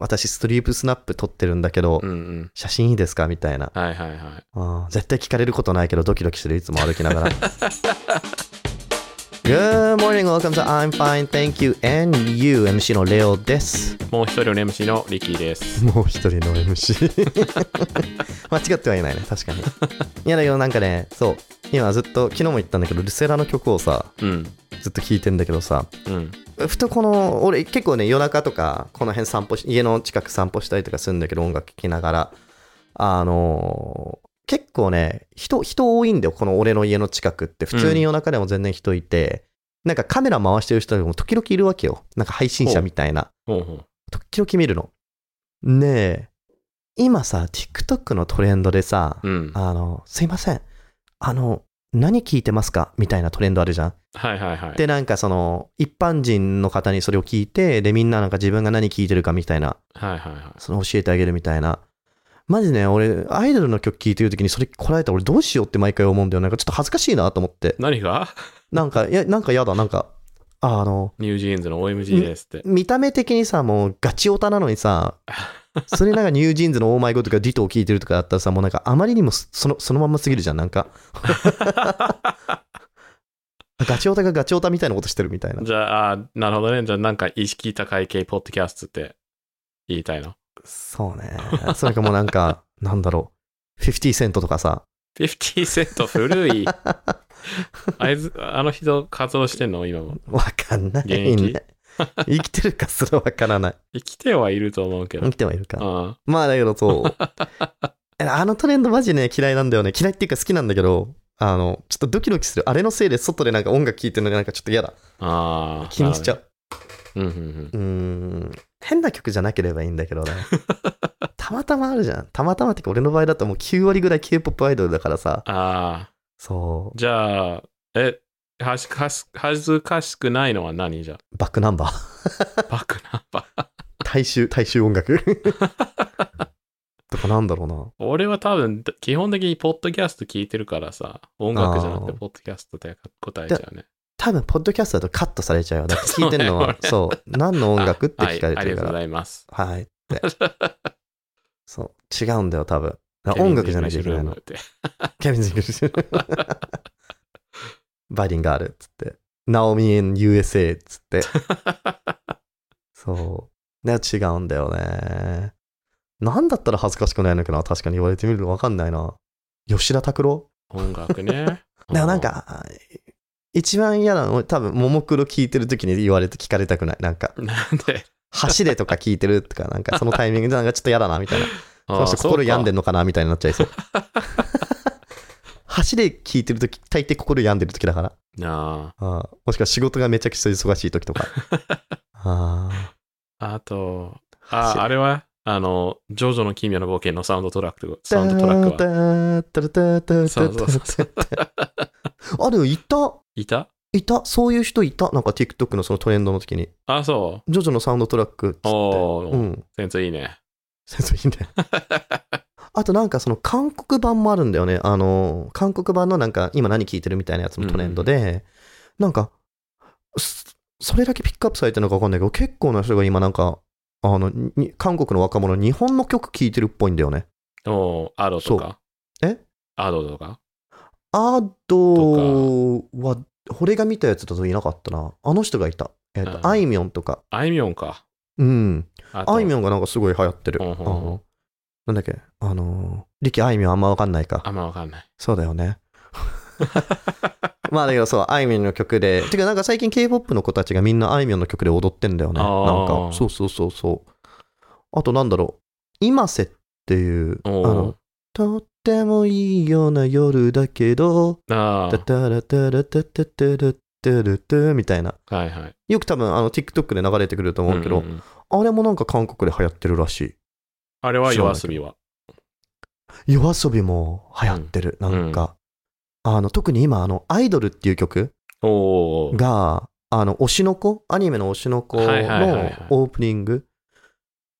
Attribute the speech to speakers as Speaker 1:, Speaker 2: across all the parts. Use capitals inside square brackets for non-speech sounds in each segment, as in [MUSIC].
Speaker 1: 私ストリープスナップ撮ってるんだけど、
Speaker 2: うんうん。
Speaker 1: 写真いいですかみたいな。
Speaker 2: はいはいはい。
Speaker 1: あー絶対聞かれることないけどドキドキするいつも歩きな [LAUGHS] がら Good morning, welcome to I'm fine, thank you and you MC のレオです
Speaker 2: もう一人の MC のリキーです。
Speaker 1: もう一人の MC [LAUGHS] 間違ってはいないね確かにいやだけどなんかねそう今ずっと昨日も言ったんだけどルセラの曲をさ
Speaker 2: うん。
Speaker 1: ずっと聴いてんだけどさ
Speaker 2: うん。
Speaker 1: ふとこの俺結構ね夜中とかこの辺散歩し家の近く散歩したりとかするんだけど音楽聴きながらあのー結構ね人人多いんだよこの俺の家の近くって普通に夜中でも全然人いて、なんかカメラ回してる人も時々いるわけよなんか配信者みたいな
Speaker 2: ほうほう。
Speaker 1: 時々見るのねえ今さ TikTok のトレンドでさ、
Speaker 2: うん。
Speaker 1: あのすいませんあの何聞いてますかみたいなトレンドあるじゃん
Speaker 2: はいはいはい。
Speaker 1: でなんかその一般人の方にそれを聞いてでみんななんか自分が何聞いてるかみたいな
Speaker 2: はいはいは
Speaker 1: その教えてあげるみたいなマジね俺アイドルの曲聴いてる時にそれ来られたら俺どうしようって毎回思うんだよなんかちょっと恥ずかしいなと思って
Speaker 2: い。何が
Speaker 1: なんかいやなんかやだなんかああの
Speaker 2: ニュージーンズの OMG ですって。
Speaker 1: 見た目的にさもうガチオタなのにさそれなんかニュージーンズの「オーマイゴ」とか「ディト」を聴いてるとかだったらさもうなんかあまりにもそそのそのまんますぎるじゃんなんかガチオタがガチオタみたいなことしてるみたいな
Speaker 2: じゃあ、あーなるほどね。じゃあ、なんか意識高い系ポッドキャストって言いたいの。
Speaker 1: そうね。それかもうなんか、 [LAUGHS] なんだろう。50セントとかさ。
Speaker 2: 50セント古
Speaker 1: [LAUGHS]
Speaker 2: い。あいつ、あの人活動してんの今も。
Speaker 1: わかんない
Speaker 2: 現
Speaker 1: ね。 [LAUGHS] 生きてるかすらわからない。
Speaker 2: 生きてはいると思うけど。
Speaker 1: 生きてはいるか。
Speaker 2: あ
Speaker 1: まあだけど
Speaker 2: [LAUGHS]
Speaker 1: そう。あのトレンドマジね嫌いなんだよね。嫌いっていうか好きなんだけど、あの、ちょっとドキドキする。あれのせいで外でなんか音楽聴いてるのがなんかちょっと嫌だ。
Speaker 2: あー。
Speaker 1: 気にしちゃ
Speaker 2: う。
Speaker 1: う。
Speaker 2: うんうんうん。
Speaker 1: うーん。変な曲じゃなければいいんだけど
Speaker 2: [LAUGHS]
Speaker 1: ね。たまたまあるじゃん。たまたまってか俺の場合だともう9割ぐらい K-POP アイドルだからさ。
Speaker 2: ああ。
Speaker 1: そう。
Speaker 2: じゃあ、え、はしはし恥ずかしくないのは何じゃ
Speaker 1: バックナンバー。
Speaker 2: あ。バックナンバー。
Speaker 1: 大衆、大衆音
Speaker 2: [LAUGHS]
Speaker 1: 楽とかなんだろうな。
Speaker 2: 俺は多分、基本的にポッドキャスト聞いてるからさ、音楽じゃなくて
Speaker 1: あー
Speaker 2: ポッドキャストで答えちゃうね。
Speaker 1: 多分、ポッドキャストだとカットされちゃうよ。だって聞いてるの
Speaker 2: [LAUGHS]
Speaker 1: は、そう、何の音楽って聞かれ
Speaker 2: あはいあ
Speaker 1: て
Speaker 2: り
Speaker 1: る
Speaker 2: が
Speaker 1: か
Speaker 2: とうご
Speaker 1: ら。
Speaker 2: ざいます。
Speaker 1: はい。って。
Speaker 2: [LAUGHS]
Speaker 1: そう、違うんだよ、多分。だから音楽じゃなきゃいけないの。
Speaker 2: ケビンズイングリッシュルームって
Speaker 1: ケビンズ・イングリッシュバイリンガールっつって。ナオミ・エン・ USA っつ
Speaker 2: [LAUGHS]
Speaker 1: って。そう。ね、違うんだよね。なんだったら恥ずかしくないのかな確かに言われてみるとわかんないな。吉田拓郎
Speaker 2: 音楽ね。
Speaker 1: だ [LAUGHS] からなんか、一番嫌なの、多分、ももクロ聞いてる時に言われて聞かれたくない。なんか、
Speaker 2: うん。なん
Speaker 1: [LAUGHS]
Speaker 2: で、
Speaker 1: 走れとか聞いてるとか、なんかそのタイミングでなんかちょっと嫌だな、みたいな。その人心病んで
Speaker 2: る
Speaker 1: んのかな、みたいになっちゃいそう。走れ聞いてる時、大抵心病んでる時だから。
Speaker 2: あ
Speaker 1: ああもしくは仕事がめちゃくちゃ忙しい時とか。あ
Speaker 2: ああと、
Speaker 1: あ。
Speaker 2: あ、あ
Speaker 1: れ
Speaker 2: れはあの、ジョジョの奇妙な冒険のサウンドトラック、サウンドトラックは。そうそうそうそう。
Speaker 1: あ、でもいた。
Speaker 2: いた
Speaker 1: いた。そういう人いた。なんか TikTok のそのトレンドの時に。
Speaker 2: あ、そ
Speaker 1: ジョジョのサウンドトラックっつって。
Speaker 2: う。お
Speaker 1: う
Speaker 2: ー、
Speaker 1: ん。
Speaker 2: センスいいね。
Speaker 1: センスいいね。あとなんかその韓国版もあるんだよね。あの、韓国版のなんか今何聞いてるみたいなやつもトレンドで、なんか、すそれだけピックアップされてるのかわかんないけど、結構な人が今なんか、あの、に韓国の若者、日本の曲聴いてるっぽいんだよね。
Speaker 2: おー、アドとか。
Speaker 1: そうえ
Speaker 2: アドとか。
Speaker 1: アドは、俺が見たやつだといなかったな。あの人がいた。えっ、
Speaker 2: うん
Speaker 1: と、あいみょんとか。
Speaker 2: あいみょんか。
Speaker 1: うん。
Speaker 2: あ
Speaker 1: あいみょ
Speaker 2: ん。
Speaker 1: んがなんかすごい流行ってる。
Speaker 2: うんうんうん
Speaker 1: うんなんだっけあのー、力あいみょんあんまわかんないか。
Speaker 2: あんまわかんない。
Speaker 1: そうだよね。まあだけどそう、あいみょんの曲で。てかなんか最近 K-POP の子たちがみんなあいみょんの曲で踊ってんだよね。
Speaker 2: あ
Speaker 1: な
Speaker 2: ー
Speaker 1: んか、そうそうそうそう。あとなんだろう、今瀬っていう、あ
Speaker 2: お
Speaker 1: の、とってもいいような夜だけど、
Speaker 2: ーあ
Speaker 1: タタラタラタタタラタラタみたいな。
Speaker 2: あ。はいはい。
Speaker 1: よく多分あの TikTok で流れてくると思うけど、
Speaker 2: んんん
Speaker 1: あれもなんか韓国で流行ってるらしい。
Speaker 2: あれは夜遊びは。
Speaker 1: 夜遊びも流行ってる、
Speaker 2: ん
Speaker 1: なんか、あの特に今あの「アイドル」っていう曲
Speaker 2: おー。
Speaker 1: があの推しの子アニメの推しの子の
Speaker 2: はいはいはいはい
Speaker 1: オープニング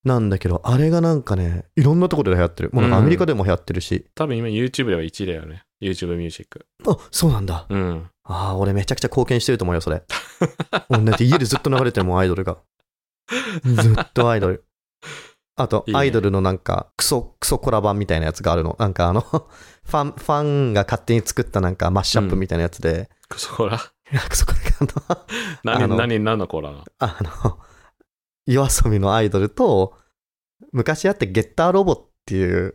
Speaker 1: なんだけどあれがなんかねいろんなところで流行ってるもうなんか
Speaker 2: うん
Speaker 1: アメリカでも流行ってるし、
Speaker 2: 多分今 YouTube では1だよね。YouTube ミュージック。
Speaker 1: あそうなんだ
Speaker 2: うん。
Speaker 1: ああ俺めちゃくちゃ貢献してると思うよそれ俺だって家でずっと流れてるもんアイドルがずっとアイドルあと
Speaker 2: いい、ね
Speaker 1: アイドルのなんか、クソ、クソコラ版みたいなやつがあるの。なんかあの、 [LAUGHS] ファン、ファンが勝手に作ったなんかマッシュアップみたいなやつで、
Speaker 2: ク
Speaker 1: [LAUGHS]
Speaker 2: ソコーラ
Speaker 1: クソコラがあ
Speaker 2: 何、
Speaker 1: の
Speaker 2: 何、何のコーラなの
Speaker 1: あの、 [LAUGHS] あの、夜遊びのアイドルと、昔あってゲッターロボっていう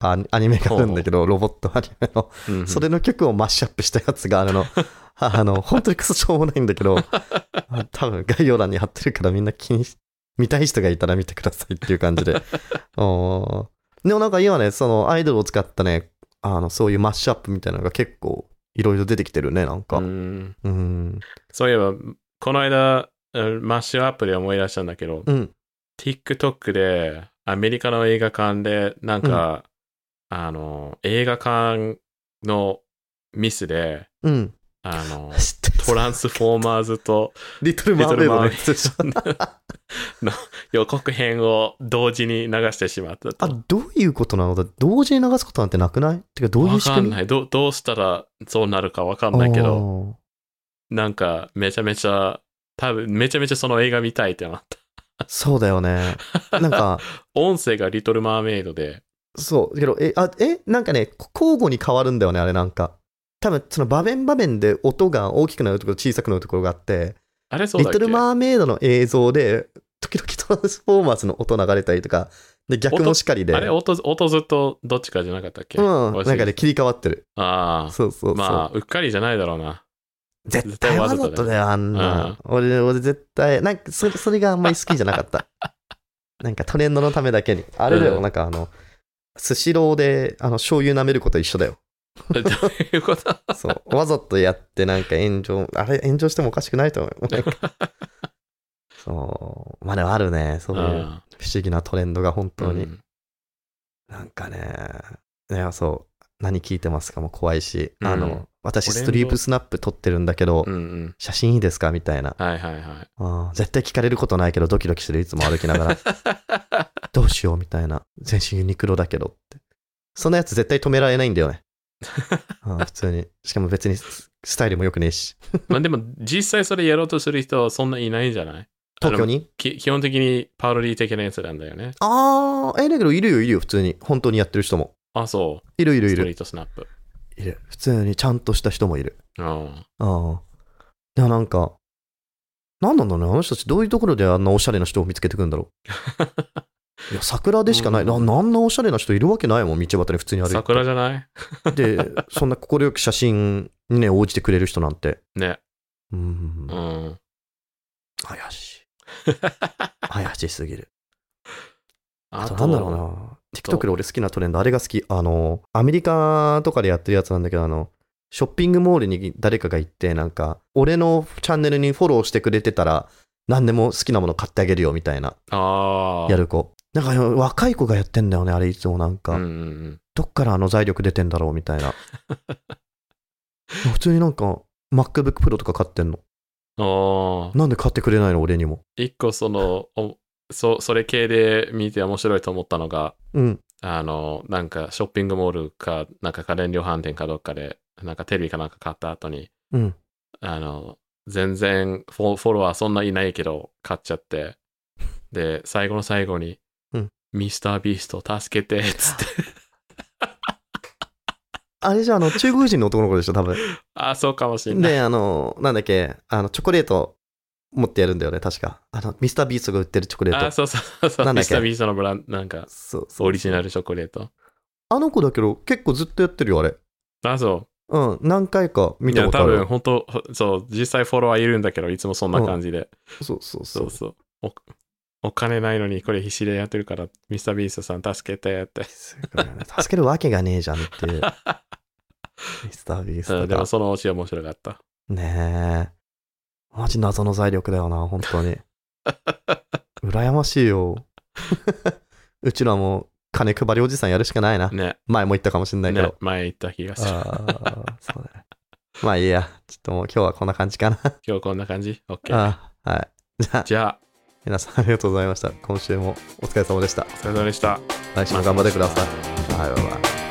Speaker 1: あアニメがあるんだけど、ロボットアニメの。
Speaker 2: うんうん
Speaker 1: それの曲をマッシュアップしたやつがあ [LAUGHS] るの。あの、本当にクソしょうもないんだけど、多分概要欄に貼ってるからみんな気にし、見たい人がいたら見てくださいっていう感じ [LAUGHS] で。おーでもなんか今ね、そのアイドルを使ったね、あの、そういうマッシュアップみたいなのが結構いろいろ出てきてるね、なんか。
Speaker 2: う
Speaker 1: うん。
Speaker 2: ん
Speaker 1: うん。
Speaker 2: そういえば、この間、うんマッシュアップで思い出したんだけど、TikTok でアメリカの映画館で、なんか、あの、映画館のミスで、
Speaker 1: うん。
Speaker 2: あの
Speaker 1: [LAUGHS] 、知ってる
Speaker 2: トランスフォーマーズと
Speaker 1: リトルマーメイドのやつでしょ。
Speaker 2: 予告編を同時に流してしまったと。
Speaker 1: あ、どういうことなのだ同時に流すことなんてなくないてかどういう
Speaker 2: わ
Speaker 1: 仕
Speaker 2: かん
Speaker 1: 組み
Speaker 2: ないどう。どうしたらそうなるかわかんないけど、
Speaker 1: ど。
Speaker 2: なんかめちゃめちゃ、多分めちゃめちゃその映画見たいってなった。
Speaker 1: あーそうだよね。なんか、
Speaker 2: 音声がリトルマーメイドで、
Speaker 1: そう、けど、え、あ、え、なんかね、こ交互に変わるんだよね、あれなんか。多分、その場面場面で音が大きくなるところ、小さくなるところがあって、
Speaker 2: あれそう
Speaker 1: リ
Speaker 2: だっけ
Speaker 1: トルマーメイドの映像で、時々トランスフォーマーズの音流れたりとか、で、逆もしかりで、
Speaker 2: あれ音ず音ずっとどっちかじゃなかったっけ
Speaker 1: うん、なんか
Speaker 2: 忘れ
Speaker 1: ね、切り替わってる。
Speaker 2: あ
Speaker 1: そうそうそ
Speaker 2: あ、
Speaker 1: う。
Speaker 2: まあ、うっかりじゃないだろ
Speaker 1: [LAUGHS]
Speaker 2: うな。
Speaker 1: 絶対わざとだよ、あんな。俺、俺絶対、なんかそれ、それがあんまり好きじゃなかった。 [LAUGHS] なんかトレンドのためだけに。あれだよ、
Speaker 2: うん
Speaker 1: なんかあの、スシローで、あの、醤油舐めること一緒だよ。
Speaker 2: どういうこと
Speaker 1: そう。わざとやってなんか炎上、あれ炎上してもおかしくないと思う。なん
Speaker 2: [LAUGHS]
Speaker 1: かそう。まあでもあるね。そういう
Speaker 2: うん
Speaker 1: 不思議なトレンドが本当に。
Speaker 2: うん
Speaker 1: なんかね。いや、そう。何聞いてますかも怖いし。あの、
Speaker 2: うん
Speaker 1: 私
Speaker 2: トレン
Speaker 1: ス
Speaker 2: ド
Speaker 1: トリープスナップ撮ってるんだけど、
Speaker 2: うんうん。
Speaker 1: 写真いいですかみたいな、
Speaker 2: はいはいはい。
Speaker 1: うん絶対聞かれることないけどドキドキする。いつも歩きながら。
Speaker 2: [LAUGHS]
Speaker 1: どうしようみたいな。全身ユニクロだけどって。そんなやつ絶対止められないんだよ
Speaker 2: [LAUGHS]
Speaker 1: ね。うん普通に。しかも別にススタイルも良くねえし。
Speaker 2: まあでも、実際それやろうとする人はそんないないんじゃない
Speaker 1: 東京に
Speaker 2: き基本的にパロディ的なやつなんだよね。
Speaker 1: あー、え、だけどいるよ、いるよ、普通に。本当にやってる人も。
Speaker 2: あ、そう。
Speaker 1: いるいるい
Speaker 2: ストリ
Speaker 1: る。
Speaker 2: ートスナップ。
Speaker 1: いる。普通にちゃんとした人もいる。
Speaker 2: うん。
Speaker 1: ああ。でもなんか、なんなんだろうね、あの人たちどういうところであんなおしゃれな人を見つけてくるんだろ
Speaker 2: [LAUGHS]
Speaker 1: う。いや、桜でしかない。
Speaker 2: うん
Speaker 1: なあんなおしゃれな人いるわけないもん、道端に普通に歩い
Speaker 2: 桜 [LAUGHS] じゃない
Speaker 1: て。で、そんな快く写真にね、応じてくれる人なんて。
Speaker 2: ね。
Speaker 1: うーん
Speaker 2: う。ん。
Speaker 1: 怪しい。怪しすぎる。あ
Speaker 2: あ
Speaker 1: とな
Speaker 2: と、
Speaker 1: んだろうな。TikTok で俺好きなトレンド、あれが好き。あの、アメリカとかでやってるやつなんだけど、あの、ショッピングモールに誰かが行って、なんか、俺のチャンネルにフォローしてくれてたら、何でも好きなもの買ってあげるよみたいな、
Speaker 2: ああ。
Speaker 1: やる子。なんか、若い子がやってんだよね、あれいつもなんか。
Speaker 2: うんうんうん。
Speaker 1: どっからあの財力出てんだろうみたいな。 [LAUGHS] 普通になんか、MacBook Pro とか買ってんの。
Speaker 2: ああ。
Speaker 1: なんで買ってくれないの、俺にも。
Speaker 2: 一個その、おそそれ系で見て面白いと思ったのが、
Speaker 1: うん。
Speaker 2: あの、なんかショッピングモールか、なんか家電量販店かどっかで、なんかテレビかなんか買った後に、
Speaker 1: うん。
Speaker 2: あの、全然フォフォロワーそんないないけど、買っちゃって、で、最後の最後に、
Speaker 1: うん
Speaker 2: ミスタービースト助けて、
Speaker 1: [LAUGHS]
Speaker 2: つって、
Speaker 1: あれじゃあ、あの、中国人の男の子でしょ、多分。
Speaker 2: あ、そうかもしんない。
Speaker 1: で、あの、なんだっけ、あの、チョコレート持ってやるんだよね、確か。あの、ミスタービーストが売ってるチョコレー
Speaker 2: あ、
Speaker 1: ト。
Speaker 2: そうそうそう、
Speaker 1: なんだ
Speaker 2: ミ
Speaker 1: っ
Speaker 2: ス
Speaker 1: け
Speaker 2: タービーストのブランド、なんか、
Speaker 1: そうそう
Speaker 2: オリジナルチョコレート。
Speaker 1: あの子だけど、結構ずっとやってるよ、あれ。
Speaker 2: あ、そう。
Speaker 1: うん、何回か見
Speaker 2: い
Speaker 1: た
Speaker 2: や、
Speaker 1: ことあ
Speaker 2: 多分、
Speaker 1: る。
Speaker 2: 本当そう、実際フォロワーいるんだけど、いつもそんな感じで。
Speaker 1: そうそうそ
Speaker 2: そうう。そう。おお金ないのに、これ必死でやってるから、ミスタービーストさん助けてって。
Speaker 1: 助けるわけがねえじゃんって
Speaker 2: [LAUGHS]
Speaker 1: いう。ミスタービース
Speaker 2: う
Speaker 1: ト
Speaker 2: んで
Speaker 1: が
Speaker 2: も、。そのオチは面白かった。
Speaker 1: ねえ。マジ謎の財力だよな、本当に。羨ましいよ。
Speaker 2: [LAUGHS]
Speaker 1: うちらも金配りおじさんやるしかないな。
Speaker 2: ね。
Speaker 1: 前も言ったかもしんないけど
Speaker 2: ね。。前言った気がする。
Speaker 1: ああ、そうだね。まあいいや。ちょっともう今日はこんな感じかな。
Speaker 2: 今日こんな感じ ?OK。
Speaker 1: あーはい。じゃあ、
Speaker 2: じゃあ、
Speaker 1: 皆さんありがとうございました。今週もお疲れ様でした。
Speaker 2: お疲れ様でした。
Speaker 1: 来週も頑張ってください。はい、バイバイ。